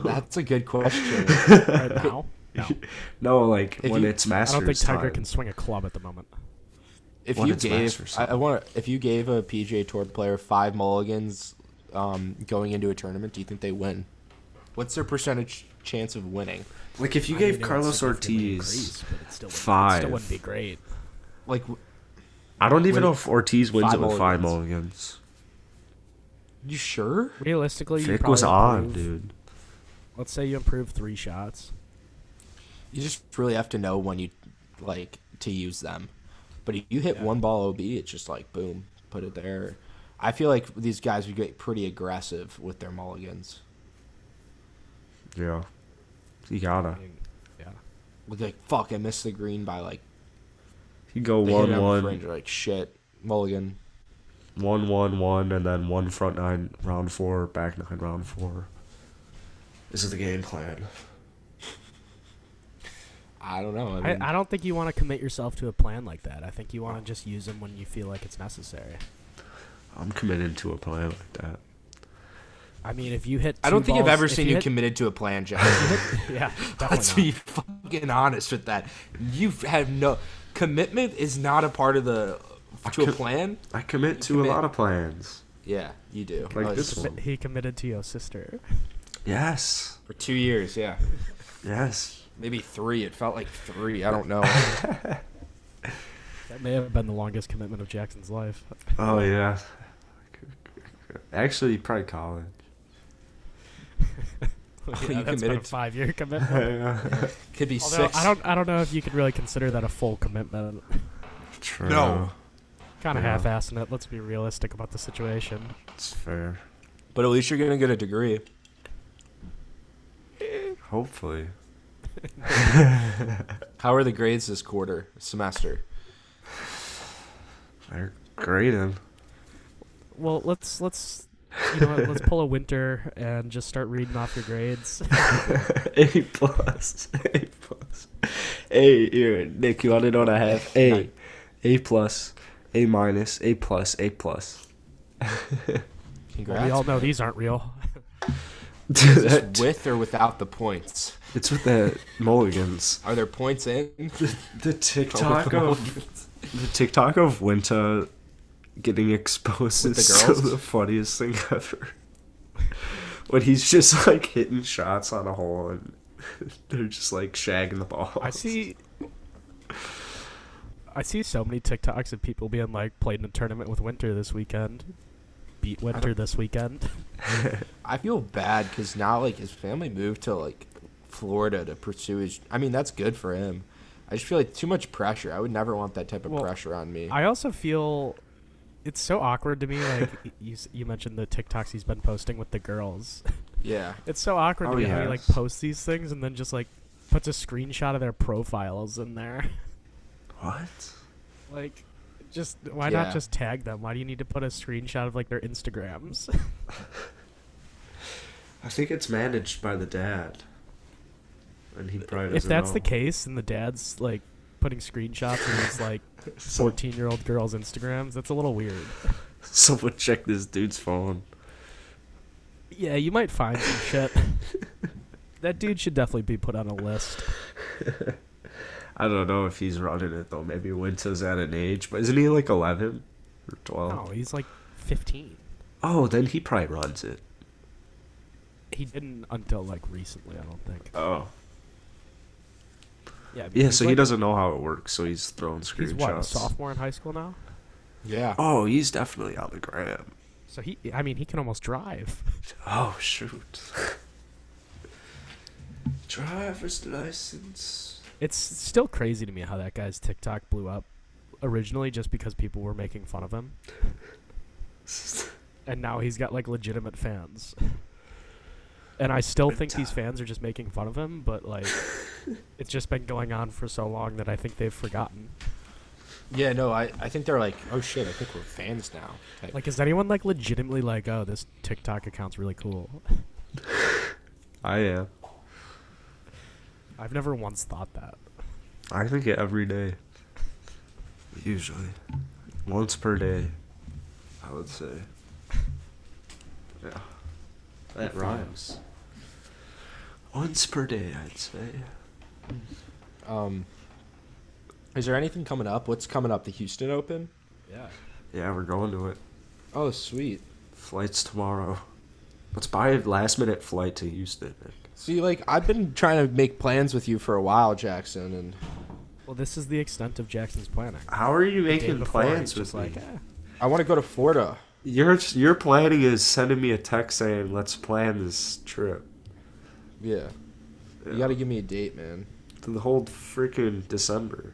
[SPEAKER 3] That's a good question.
[SPEAKER 2] Right now? No.
[SPEAKER 1] no, like
[SPEAKER 3] If
[SPEAKER 1] when
[SPEAKER 3] you-
[SPEAKER 1] it's
[SPEAKER 2] I
[SPEAKER 1] Masters.
[SPEAKER 2] don't think Tiger
[SPEAKER 1] time.
[SPEAKER 2] can swing a club at the moment.
[SPEAKER 3] if
[SPEAKER 1] when
[SPEAKER 3] you
[SPEAKER 1] it's matched or
[SPEAKER 3] gave I, I
[SPEAKER 1] something.
[SPEAKER 3] want if you gave a PGA Tour player five mulligans um, going into a tournament, do you think they win? What's their percentage chance of winning?
[SPEAKER 1] Like if you
[SPEAKER 2] I mean,
[SPEAKER 1] gave
[SPEAKER 2] it would
[SPEAKER 1] Carlos
[SPEAKER 2] significantly
[SPEAKER 1] Ortiz,
[SPEAKER 2] increase, but it still wouldn't- It
[SPEAKER 1] five.
[SPEAKER 2] still wouldn't be great.
[SPEAKER 3] Like w-
[SPEAKER 1] I don't even
[SPEAKER 3] Wait,
[SPEAKER 1] know if Ortiz wins
[SPEAKER 3] five
[SPEAKER 1] it with five
[SPEAKER 3] mulligans.
[SPEAKER 1] mulligans.
[SPEAKER 3] you sure?
[SPEAKER 2] Realistically, you
[SPEAKER 1] Vic
[SPEAKER 2] probably
[SPEAKER 1] was on,
[SPEAKER 2] improve-
[SPEAKER 1] dude.
[SPEAKER 2] Let's say you improve three shots.
[SPEAKER 3] You just really have to know when you like to use them. But if you hit one ball OB, it's just like boom, put it there. I feel like these guys would get pretty aggressive with their mulligans.
[SPEAKER 1] Yeah, you gotta.
[SPEAKER 2] I mean, yeah.
[SPEAKER 3] Like, like fuck, I missed the green by like
[SPEAKER 1] You go
[SPEAKER 3] they hit it
[SPEAKER 1] one
[SPEAKER 3] on the
[SPEAKER 1] one,
[SPEAKER 3] fringe, like shit, mulligan.
[SPEAKER 1] one one one, and then one front nine round four, back nine round four. This is the game plan.
[SPEAKER 3] I don't know. I, mean,
[SPEAKER 2] I, I don't think you want to commit yourself to a plan like that. I think you want to just use them when you feel like it's necessary.
[SPEAKER 1] I'm committed to a plan like that.
[SPEAKER 2] I mean, if you hit,
[SPEAKER 3] I don't
[SPEAKER 2] two
[SPEAKER 3] think I've
[SPEAKER 2] balls-
[SPEAKER 3] ever
[SPEAKER 2] if
[SPEAKER 3] seen you,
[SPEAKER 2] hit-
[SPEAKER 3] committed to a plan, Jack.
[SPEAKER 2] Yeah,
[SPEAKER 3] Let's
[SPEAKER 2] definitely.
[SPEAKER 3] be
[SPEAKER 2] not.
[SPEAKER 3] fucking honest with that. You have no commitment is not a part of the to a
[SPEAKER 1] could-
[SPEAKER 3] plan.
[SPEAKER 1] I commit to
[SPEAKER 3] commit.
[SPEAKER 1] a lot of plans.
[SPEAKER 3] Yeah, you do.
[SPEAKER 1] Like
[SPEAKER 3] Oh,
[SPEAKER 1] this
[SPEAKER 3] it's-
[SPEAKER 1] one.
[SPEAKER 2] He committed to your sister.
[SPEAKER 1] Yes,
[SPEAKER 3] for two years. Yeah,
[SPEAKER 1] yes.
[SPEAKER 3] maybe three. It felt like three. I don't know.
[SPEAKER 2] That may have been the longest commitment of Jackson's life.
[SPEAKER 1] Oh yeah. Actually, probably college.
[SPEAKER 3] you
[SPEAKER 2] yeah, that's been
[SPEAKER 3] committed
[SPEAKER 2] a
[SPEAKER 3] to-
[SPEAKER 2] five-year commitment.
[SPEAKER 1] Yeah.
[SPEAKER 3] Could be
[SPEAKER 2] Although
[SPEAKER 3] six.
[SPEAKER 2] I don't, I don't know if you could really consider that a full commitment.
[SPEAKER 1] True.
[SPEAKER 3] No.
[SPEAKER 2] Kind of
[SPEAKER 1] Yeah.
[SPEAKER 2] half-assing it. Let's be realistic about the situation.
[SPEAKER 1] it's fair.
[SPEAKER 3] But at least you're gonna get a degree.
[SPEAKER 1] Hopefully.
[SPEAKER 3] How are the grades this quarter semester?
[SPEAKER 1] They're grading.
[SPEAKER 2] Well, let's let's you know what, let's pull a winter and just start reading off your grades.
[SPEAKER 1] A plus. A plus. A here, Nick, you want to know what I have? A. A plus. A minus. A plus. A plus.
[SPEAKER 3] Congrats.
[SPEAKER 2] Well, we all know
[SPEAKER 3] man.
[SPEAKER 2] these aren't real.
[SPEAKER 3] Is this with or without the points?
[SPEAKER 1] it's with the mulligans.
[SPEAKER 3] Are there points in?
[SPEAKER 1] The TikTok of the TikTok of Winter getting exposed
[SPEAKER 3] With the
[SPEAKER 1] is still
[SPEAKER 3] girls?
[SPEAKER 1] the funniest thing ever. when he's just like hitting shots on a hole and they're just like shagging the ball.
[SPEAKER 2] I see. I see so many TikToks of people being like, played in a tournament with Winter this weekend, beat Winter this weekend.
[SPEAKER 3] I feel bad because now like his family moved to like Florida to pursue his. I mean that's good for him. I just feel like too much pressure. I would never want that type of
[SPEAKER 2] Well,
[SPEAKER 3] pressure on me.
[SPEAKER 2] I also feel it's so awkward to me. Like y- you, s- you mentioned the TikToks he's been posting with the girls.
[SPEAKER 3] Yeah.
[SPEAKER 2] It's so awkward
[SPEAKER 1] Oh,
[SPEAKER 2] to me
[SPEAKER 1] he
[SPEAKER 2] how he like
[SPEAKER 1] has.
[SPEAKER 2] posts these things and then just like puts a screenshot of their profiles in there.
[SPEAKER 1] What?
[SPEAKER 2] like, just why
[SPEAKER 3] Yeah.
[SPEAKER 2] not just tag them? Why do you need to put a screenshot of like their Instagrams?
[SPEAKER 1] I think it's managed by the dad. And he probably doesn't
[SPEAKER 2] if that's
[SPEAKER 1] know.
[SPEAKER 2] the case and the dad's like putting screenshots of his like
[SPEAKER 1] So-
[SPEAKER 2] 14 year old girls' Instagrams, that's a little weird.
[SPEAKER 1] someone check this dude's phone.
[SPEAKER 2] Yeah, you might find some shit. That dude should definitely be put on a list.
[SPEAKER 1] I don't know if he's running it though. Maybe Winter's at an age, but isn't he like eleven or twelve?
[SPEAKER 2] No, he's like 15.
[SPEAKER 1] Oh, then he probably runs it.
[SPEAKER 2] He didn't until like recently, I don't think.
[SPEAKER 1] Oh,
[SPEAKER 2] Yeah,
[SPEAKER 1] yeah.
[SPEAKER 2] he's,
[SPEAKER 1] So he
[SPEAKER 2] like-
[SPEAKER 1] doesn't know how it works, so he's throwing screenshots.
[SPEAKER 2] He's what, a sophomore in high school now?
[SPEAKER 3] Yeah.
[SPEAKER 1] Oh, he's definitely on the gram.
[SPEAKER 2] So he, I mean, he can almost drive.
[SPEAKER 1] Oh shoot. Driver's license.
[SPEAKER 2] It's still crazy to me how that guy's TikTok blew up originally just because people were making fun of him. And now he's got like legitimate fans. And I still think these fans are just making fun of him, but like it's just been going on for so long that I think they've forgotten.
[SPEAKER 3] Yeah, no, I, I think they're like, oh shit, I think we're fans now. Like,
[SPEAKER 2] Like is anyone like legitimately like, "Oh, this TikTok account's really cool."
[SPEAKER 1] I am.
[SPEAKER 2] I've never once thought that.
[SPEAKER 1] I think it every day. Usually, once per day. I would say. Yeah. That rhymes. Once per day, I'd say.
[SPEAKER 3] um, is there anything coming up? What's coming up? The Houston Open?
[SPEAKER 2] Yeah.
[SPEAKER 1] Yeah, we're going to it.
[SPEAKER 3] Oh, sweet.
[SPEAKER 1] Flights tomorrow. Let's buy a last minute flight to Houston.
[SPEAKER 3] See, like, I've been trying to make plans with you for a while, Jackson, and
[SPEAKER 2] Well, this is the extent of Jackson's planning.
[SPEAKER 1] How are you
[SPEAKER 2] The day
[SPEAKER 1] making
[SPEAKER 2] before, he's
[SPEAKER 1] plans
[SPEAKER 2] just
[SPEAKER 1] with me?
[SPEAKER 2] like, "Eh,
[SPEAKER 3] I want to go to Florida.
[SPEAKER 1] Your your planning is sending me a text saying let's plan this trip.
[SPEAKER 3] Yeah.
[SPEAKER 1] Yeah.
[SPEAKER 3] You got to give me a date, man.
[SPEAKER 1] the whole freaking December.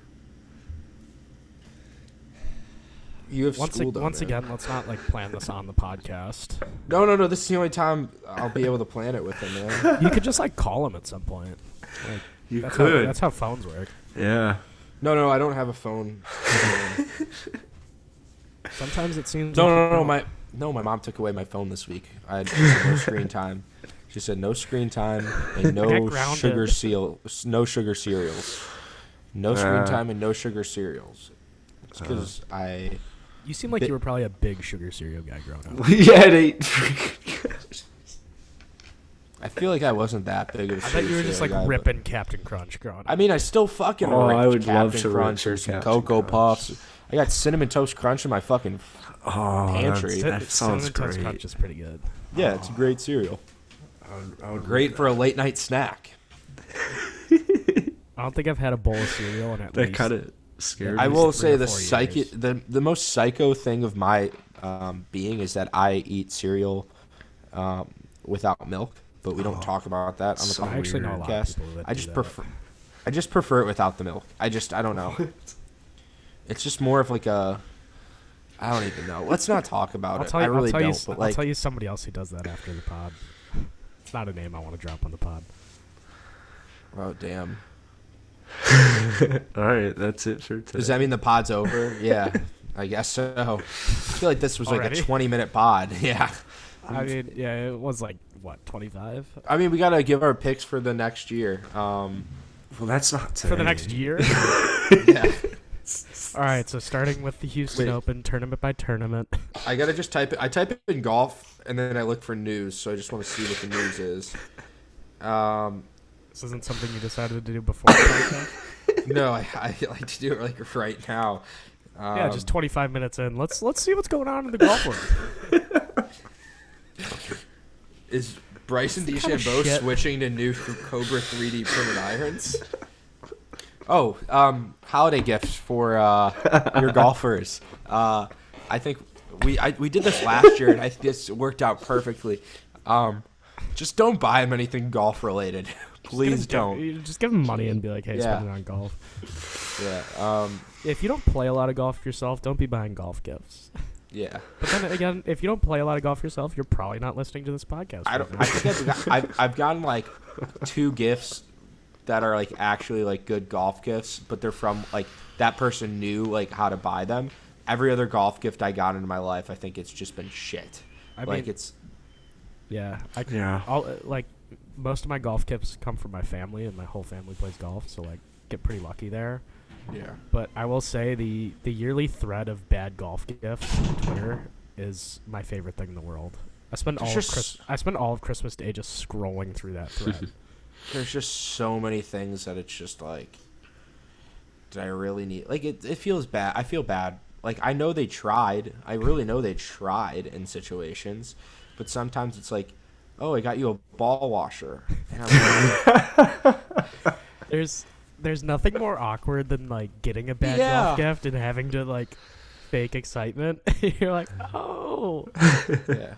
[SPEAKER 3] You have
[SPEAKER 2] once,
[SPEAKER 3] school,
[SPEAKER 2] ag-
[SPEAKER 3] though,
[SPEAKER 2] once
[SPEAKER 3] man.
[SPEAKER 2] again, let's not like plan this on the podcast.
[SPEAKER 3] No, no, no. This is the only time I'll be able to plan it with him, man.
[SPEAKER 2] You could just like call him at some point. Like,
[SPEAKER 1] You
[SPEAKER 2] that's
[SPEAKER 1] could.
[SPEAKER 2] How, that's how phones work.
[SPEAKER 1] yeah.
[SPEAKER 3] No, no, I don't have a phone.
[SPEAKER 2] Sometimes it seems.
[SPEAKER 3] No,
[SPEAKER 2] like
[SPEAKER 3] no,
[SPEAKER 2] you
[SPEAKER 3] no, no.
[SPEAKER 2] don't.
[SPEAKER 3] My no, my mom took away my phone this week. I had she said no screen time. She said no screen time and no
[SPEAKER 2] Get grounded.
[SPEAKER 3] sugar seal, no sugar cereals, no screen
[SPEAKER 1] Uh.
[SPEAKER 3] time and no sugar cereals. Because I
[SPEAKER 2] You seem like
[SPEAKER 3] Bit-
[SPEAKER 2] you were probably a big sugar cereal guy growing up.
[SPEAKER 1] yeah, it ain't freaking.
[SPEAKER 3] I feel like I wasn't that big of a
[SPEAKER 2] I
[SPEAKER 3] sugar
[SPEAKER 2] bet you were just
[SPEAKER 3] cereal
[SPEAKER 2] like
[SPEAKER 3] guy, but-
[SPEAKER 2] ripping Captain Crunch growing up.
[SPEAKER 3] I mean, I still fucking.
[SPEAKER 1] Oh,
[SPEAKER 3] ripped
[SPEAKER 1] I would
[SPEAKER 3] Captain
[SPEAKER 1] love to rip
[SPEAKER 3] Crunch
[SPEAKER 1] your
[SPEAKER 3] or some
[SPEAKER 1] Captain
[SPEAKER 3] cocoa
[SPEAKER 1] Crunch.
[SPEAKER 3] puffs. I got cinnamon toast crunch in my fucking.
[SPEAKER 1] Oh, That,
[SPEAKER 3] Pantry.
[SPEAKER 2] Cin-
[SPEAKER 1] that sounds
[SPEAKER 2] Cinnamon Toast
[SPEAKER 1] great.
[SPEAKER 2] Crunch is pretty good.
[SPEAKER 3] Yeah, it's a great cereal.
[SPEAKER 1] I would, I would
[SPEAKER 3] Great for a late night snack.
[SPEAKER 2] I don't think I've had a bowl of cereal in at
[SPEAKER 1] That
[SPEAKER 2] least.
[SPEAKER 1] kind of scared
[SPEAKER 3] I
[SPEAKER 1] me.
[SPEAKER 3] will
[SPEAKER 2] three
[SPEAKER 3] say
[SPEAKER 2] or
[SPEAKER 3] the
[SPEAKER 2] four
[SPEAKER 3] psychic,
[SPEAKER 2] years.
[SPEAKER 3] the the most psycho thing of my um, being is that I eat cereal um, without milk, but we don't talk about that on the
[SPEAKER 1] So
[SPEAKER 2] Oh, I actually know a lot of
[SPEAKER 3] podcast.
[SPEAKER 2] people that
[SPEAKER 3] I
[SPEAKER 2] do
[SPEAKER 3] just
[SPEAKER 2] that.
[SPEAKER 3] prefer, I just prefer it without the milk. I just I don't know. It's just more of like a, I don't even know. Let's not talk about
[SPEAKER 2] I'll
[SPEAKER 3] it.
[SPEAKER 2] tell you.
[SPEAKER 3] I really
[SPEAKER 2] will tell
[SPEAKER 3] don't.
[SPEAKER 2] You, s-
[SPEAKER 3] but
[SPEAKER 2] I'll
[SPEAKER 3] like,
[SPEAKER 2] tell you somebody else who does that after the pod. It's not a name I want to drop on the pod.
[SPEAKER 3] oh damn.
[SPEAKER 1] All right, that's it for today.
[SPEAKER 3] Does that mean the pod's over? yeah, I guess so. I feel like this was like
[SPEAKER 2] Already?
[SPEAKER 3] a twenty-minute pod. Yeah.
[SPEAKER 2] I mean, yeah, it was like what twenty five
[SPEAKER 3] I mean, we gotta give our picks for the next year. Um,
[SPEAKER 1] well, that's not today.
[SPEAKER 2] for the next year.
[SPEAKER 3] yeah.
[SPEAKER 2] All right, so starting with the Houston
[SPEAKER 3] Wait.
[SPEAKER 2] Open tournament by tournament.
[SPEAKER 3] I gotta just type it. I type in golf and then I look for news. So I just want to see what the news is. Um,
[SPEAKER 2] This isn't something you decided to do before the podcast.
[SPEAKER 3] no, I, I like to do it like right now. Um,
[SPEAKER 2] yeah, just 25 minutes in. Let's let's see what's going on in the golf world.
[SPEAKER 3] is Bryson
[SPEAKER 2] kinda
[SPEAKER 3] DeChambeau
[SPEAKER 2] shit.
[SPEAKER 3] switching to new Cobra 3D printed irons? Oh, um, holiday gifts for uh, your golfers. Uh, I think we I, we did this last year and I this worked out perfectly. Um, just don't buy him anything golf related. Please
[SPEAKER 2] Just give 'em-
[SPEAKER 3] don't.
[SPEAKER 2] you Just give them money and be like, hey,
[SPEAKER 3] Yeah.
[SPEAKER 2] spend it on golf.
[SPEAKER 3] Yeah. Um,
[SPEAKER 2] If you don't play a lot of golf yourself, don't be buying golf gifts.
[SPEAKER 3] Yeah.
[SPEAKER 2] But then again, if you don't play a lot of golf yourself, you're probably not listening to this podcast.
[SPEAKER 3] I don't. I think I've, got- I've, I've gotten like two gifts that are like actually like good golf gifts, but they're from like that person knew like how to buy them. Every other golf gift I got in my life, I think it's just been shit.
[SPEAKER 2] I
[SPEAKER 3] like
[SPEAKER 2] mean-
[SPEAKER 3] it's
[SPEAKER 2] yeah, I,
[SPEAKER 1] Yeah.
[SPEAKER 2] All uh, like most of my golf tips come from my family, and my whole family plays golf, so like get pretty lucky there.
[SPEAKER 3] yeah.
[SPEAKER 2] But I will say the the yearly thread of bad golf gifts on Twitter is my favorite thing in the world. I spend all
[SPEAKER 3] Just-
[SPEAKER 2] of Chris- I spend all of Christmas Day just scrolling through that thread.
[SPEAKER 3] There's just so many things that it's just like, did I really need? Like it. It feels bad. I feel bad. Like I know they tried. I really know they tried in situations, but sometimes it's like, oh, I got you a ball washer. And I'm like,
[SPEAKER 2] there's there's nothing more awkward than like getting a bad golf
[SPEAKER 3] Yeah.
[SPEAKER 2] gift and having to like fake excitement. You're like, oh,
[SPEAKER 3] yeah.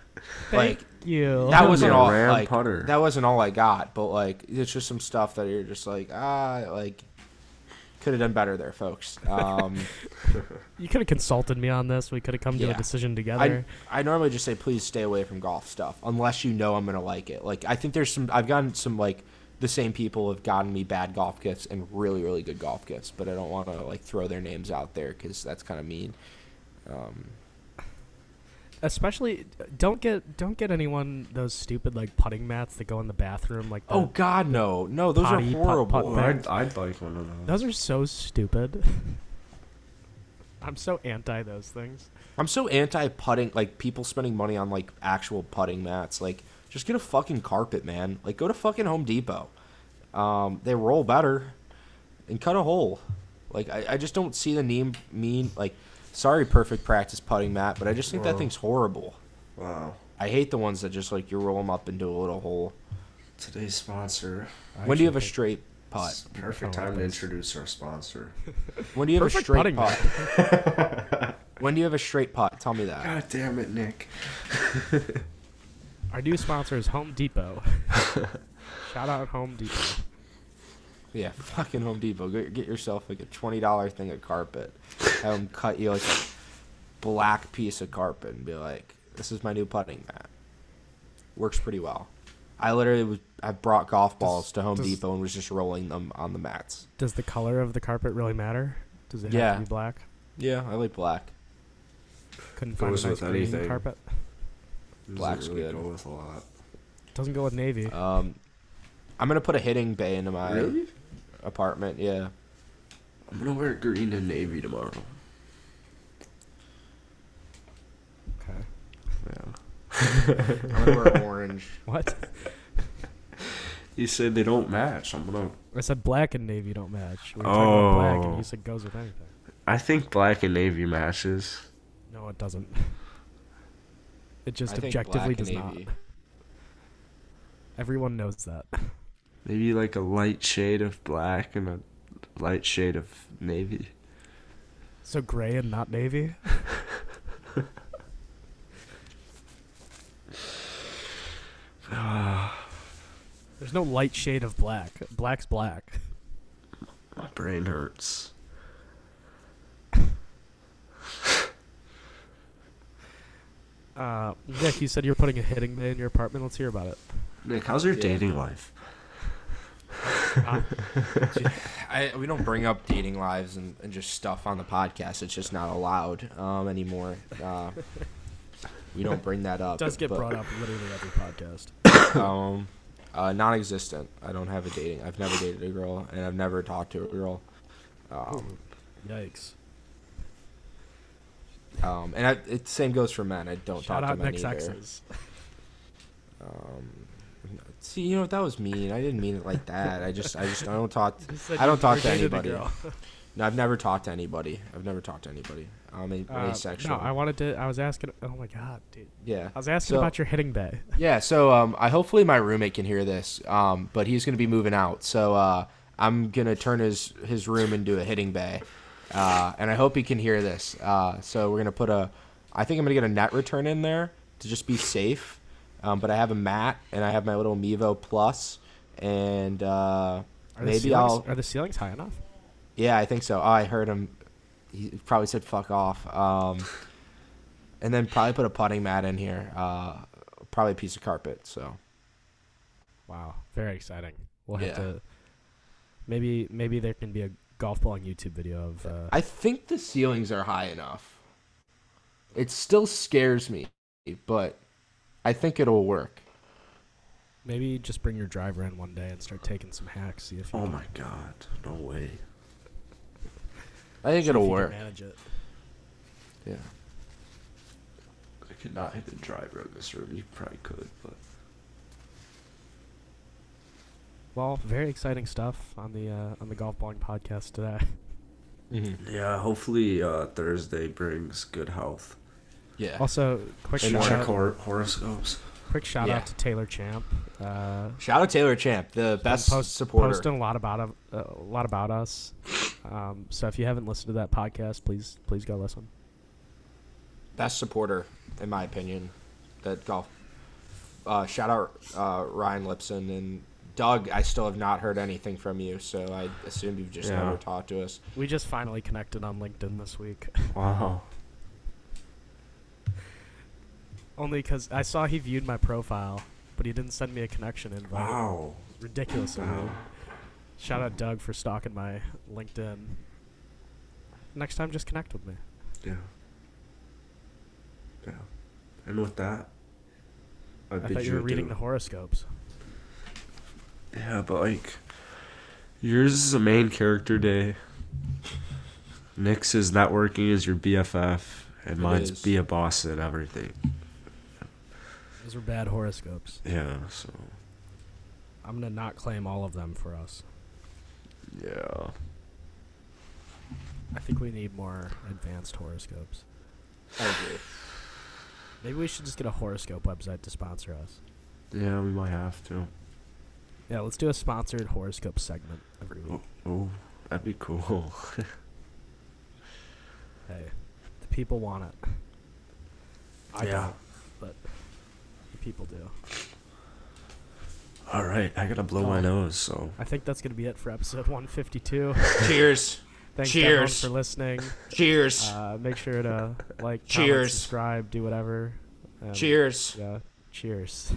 [SPEAKER 2] thank you.
[SPEAKER 3] that wasn't
[SPEAKER 1] Yeah,
[SPEAKER 3] all
[SPEAKER 1] Ram
[SPEAKER 3] like,
[SPEAKER 1] putter.
[SPEAKER 3] that wasn't all I got, but like it's just some stuff that you're just like ah like could have done better there, folks. Um,
[SPEAKER 2] you could have consulted me on this. We could have come to a
[SPEAKER 3] Yeah.
[SPEAKER 2] decision
[SPEAKER 3] I
[SPEAKER 2] together.
[SPEAKER 3] I normally just say please stay away from golf stuff unless you know I'm gonna like it. Like I think there's some I've gotten some like the same people have gotten me bad golf gifts and really really good golf gifts, but I don't want to like throw their names out there because that's kind of mean. Um,
[SPEAKER 2] Especially, don't get don't get anyone those stupid like putting mats that go in the bathroom. Like, the-
[SPEAKER 3] oh God, no, no, those
[SPEAKER 2] Potty, putt,
[SPEAKER 3] are
[SPEAKER 2] putt
[SPEAKER 3] horrible.
[SPEAKER 2] Well,
[SPEAKER 1] Well,
[SPEAKER 2] back.
[SPEAKER 1] I'd, I'd like one of those.
[SPEAKER 2] those are so stupid. I'm so anti those things.
[SPEAKER 3] I'm so anti putting, like people spending money on like actual putting mats. Like, just get a fucking carpet, man. Like, go to fucking Home Depot. Um, they roll better, and cut a hole. Like, I, I just don't see the name mean. Like, sorry, perfect practice putting mat, but I just think that
[SPEAKER 1] Wow.
[SPEAKER 3] thing's horrible.
[SPEAKER 1] Wow.
[SPEAKER 3] I hate the ones that just like you roll them up into a little hole.
[SPEAKER 1] Today's sponsor.
[SPEAKER 2] I
[SPEAKER 3] When do you have a
[SPEAKER 2] actually
[SPEAKER 3] straight
[SPEAKER 1] It's
[SPEAKER 3] putt?
[SPEAKER 1] the perfect
[SPEAKER 2] Oh,
[SPEAKER 1] time to
[SPEAKER 2] that's-
[SPEAKER 1] introduce our sponsor.
[SPEAKER 3] When do you have
[SPEAKER 2] Perfect
[SPEAKER 3] a
[SPEAKER 2] putting
[SPEAKER 3] straight putt? when do you have a straight putt? Tell me that.
[SPEAKER 1] God damn it, Nick.
[SPEAKER 2] think- Our new sponsor is Home Depot. Shout out Home Depot.
[SPEAKER 3] Yeah, fucking Home Depot. Get, get yourself like a twenty dollar thing of carpet. Have them cut you like a black piece of carpet and be like, "This is my new putting mat." Works pretty well. I literally was I brought golf balls to Home
[SPEAKER 2] does-
[SPEAKER 3] Depot and was just rolling them on the mats.
[SPEAKER 2] Does the color of the carpet really matter? Does it have
[SPEAKER 3] Yeah.
[SPEAKER 2] to be black?
[SPEAKER 3] Yeah, I like black.
[SPEAKER 2] Couldn't find
[SPEAKER 1] Goes
[SPEAKER 2] a nice
[SPEAKER 1] with
[SPEAKER 2] green
[SPEAKER 1] anything.
[SPEAKER 2] carpet.
[SPEAKER 1] Doesn't
[SPEAKER 3] Black's
[SPEAKER 1] really
[SPEAKER 3] good.
[SPEAKER 1] go with a lot.
[SPEAKER 2] Doesn't go with navy.
[SPEAKER 3] Um, I'm gonna put a hitting bay into my
[SPEAKER 1] Really?
[SPEAKER 3] apartment. Yeah,
[SPEAKER 1] I'm gonna wear green and navy tomorrow.
[SPEAKER 2] okay.
[SPEAKER 1] Yeah.
[SPEAKER 3] I'm gonna wear orange.
[SPEAKER 2] What?
[SPEAKER 1] You said they don't match. I'm gonna.
[SPEAKER 2] I said black and navy don't match. We were talking about black, and
[SPEAKER 1] Oh.
[SPEAKER 2] you said goes with anything.
[SPEAKER 1] I think black and navy matches.
[SPEAKER 2] No, it doesn't. It
[SPEAKER 3] I
[SPEAKER 2] just
[SPEAKER 3] think
[SPEAKER 2] objectively
[SPEAKER 3] black and
[SPEAKER 2] does not.
[SPEAKER 3] navy.
[SPEAKER 2] Everyone knows that.
[SPEAKER 1] Maybe like a light shade of black and a light shade of navy.
[SPEAKER 2] So gray and not navy. There's no light shade of black. Black's black.
[SPEAKER 1] My brain hurts.
[SPEAKER 2] Uh, Nick, you said you're putting a hitting bay in your apartment. Let's hear about it.
[SPEAKER 1] Nick, how's your
[SPEAKER 3] Yeah.
[SPEAKER 1] dating life?
[SPEAKER 3] I, we don't bring up dating lives and, and just stuff on the podcast. It's just not allowed um, anymore. Uh, we don't bring that up.
[SPEAKER 2] It does get
[SPEAKER 3] but,
[SPEAKER 2] brought up literally every podcast.
[SPEAKER 3] Um, uh, non-existent. I don't have a dating. I've never dated a girl, and I've never talked to a girl.
[SPEAKER 1] Oh.
[SPEAKER 3] Um,
[SPEAKER 2] Yikes.
[SPEAKER 3] um, and I, it same goes for men. I don't
[SPEAKER 2] Shout
[SPEAKER 3] talk to
[SPEAKER 2] out
[SPEAKER 3] men
[SPEAKER 2] Nick's
[SPEAKER 3] either.
[SPEAKER 2] exes.
[SPEAKER 3] Um, see, you know what? That was mean. I didn't mean it like that. I just, I just, I don't talk.
[SPEAKER 2] You said
[SPEAKER 3] I don't
[SPEAKER 2] you
[SPEAKER 3] talk to
[SPEAKER 2] dated a
[SPEAKER 3] anybody.
[SPEAKER 2] girl.
[SPEAKER 3] No, I've never talked to anybody. I've never talked to anybody. I'm a-
[SPEAKER 2] Uh, No,
[SPEAKER 3] asexual.
[SPEAKER 2] I wanted to. I was asking. Oh my god, dude.
[SPEAKER 3] yeah.
[SPEAKER 2] I was asking
[SPEAKER 3] So-
[SPEAKER 2] about your hitting bay.
[SPEAKER 3] Yeah, so um, I hopefully my roommate can hear this, um, but he's gonna be moving out, so uh, I'm gonna turn his his room into a hitting bay, uh, and I hope he can hear this. Uh, so we're gonna put a, I think I'm gonna get a net return in there to just be safe, um, but I have a mat and I have my little Mevo Plus, and uh,
[SPEAKER 2] Are the
[SPEAKER 3] maybe
[SPEAKER 2] ceilings,
[SPEAKER 3] I'll
[SPEAKER 2] Are the ceilings high enough?
[SPEAKER 3] yeah, I think so. Oh, I heard him. He probably said "fuck off." Um, and then probably put a putting mat in here. Uh, probably a piece of carpet. So
[SPEAKER 2] Wow, very exciting. We'll have
[SPEAKER 3] Yeah.
[SPEAKER 2] to maybe maybe there can be a golf balling YouTube video of uh,
[SPEAKER 3] I think the ceilings are high enough. It still scares me, but I think it'll work.
[SPEAKER 2] maybe just bring your driver in one day and start taking some hacks. See if you
[SPEAKER 1] Oh
[SPEAKER 2] can,
[SPEAKER 1] my god, no way.
[SPEAKER 3] I think
[SPEAKER 2] see if
[SPEAKER 3] it'll
[SPEAKER 2] you can
[SPEAKER 3] work.
[SPEAKER 2] manage it.
[SPEAKER 3] Yeah.
[SPEAKER 1] I could not hit the driver in this room. You probably could, but
[SPEAKER 2] Well, very exciting stuff on the uh, on the golf balling podcast today. Mm-hmm.
[SPEAKER 1] yeah. Hopefully uh, Thursday brings good health.
[SPEAKER 3] Yeah.
[SPEAKER 2] Also, quick
[SPEAKER 1] And
[SPEAKER 3] Sure.
[SPEAKER 2] shout
[SPEAKER 1] check
[SPEAKER 2] out,
[SPEAKER 1] hor- horoscopes.
[SPEAKER 2] quick shout
[SPEAKER 3] Yeah.
[SPEAKER 2] out to Taylor Champ. Uh,
[SPEAKER 3] Shout out Taylor Champ, the best
[SPEAKER 2] post,
[SPEAKER 3] supporter.
[SPEAKER 2] posting a lot about of- uh, a lot about us. Um, so if you haven't listened to that podcast, please please go listen.
[SPEAKER 3] best supporter, in my opinion, that golf. Uh, shout out uh, Ryan Lipson and Doug. I still have not heard anything from you, so I assume you've just
[SPEAKER 1] Yeah.
[SPEAKER 3] never talked to us.
[SPEAKER 2] We just finally connected on LinkedIn this week.
[SPEAKER 1] Wow.
[SPEAKER 2] Only because I saw he viewed my profile, but he didn't send me a connection invite.
[SPEAKER 1] Wow.
[SPEAKER 2] Ridiculous. of him.
[SPEAKER 1] Wow.
[SPEAKER 2] Shout out Doug for stalking my LinkedIn. Next time, just connect with me.
[SPEAKER 1] Yeah. Yeah. And with that,
[SPEAKER 2] I, thought you were reading the horoscopes.
[SPEAKER 1] the. Yeah, but like, yours is a main character day. Nick's is networking is your BFF, and
[SPEAKER 3] It
[SPEAKER 1] mine's
[SPEAKER 3] is.
[SPEAKER 1] be a boss and everything.
[SPEAKER 2] Those were bad horoscopes.
[SPEAKER 1] Yeah. So.
[SPEAKER 2] I'm gonna not claim all of them for us.
[SPEAKER 1] Yeah.
[SPEAKER 2] I think we need more advanced horoscopes.
[SPEAKER 3] I agree.
[SPEAKER 2] Maybe we should just get a horoscope website to sponsor us.
[SPEAKER 1] Yeah, we might have to.
[SPEAKER 2] Yeah, let's do a sponsored horoscope segment every week.
[SPEAKER 1] Oh, that'd be cool.
[SPEAKER 2] Hey, the people want it. I
[SPEAKER 1] Yeah.
[SPEAKER 2] don't, but the people do.
[SPEAKER 1] All right, I gotta blow my
[SPEAKER 2] Oh.
[SPEAKER 1] nose. So.
[SPEAKER 2] I think that's gonna be it for episode 152.
[SPEAKER 3] Cheers.
[SPEAKER 2] Thanks everyone
[SPEAKER 3] Cheers.
[SPEAKER 2] for listening.
[SPEAKER 3] Cheers.
[SPEAKER 2] Uh, make sure to like, comment,
[SPEAKER 3] Cheers.
[SPEAKER 2] subscribe, do whatever. and,
[SPEAKER 3] Cheers.
[SPEAKER 2] Yeah. Cheers.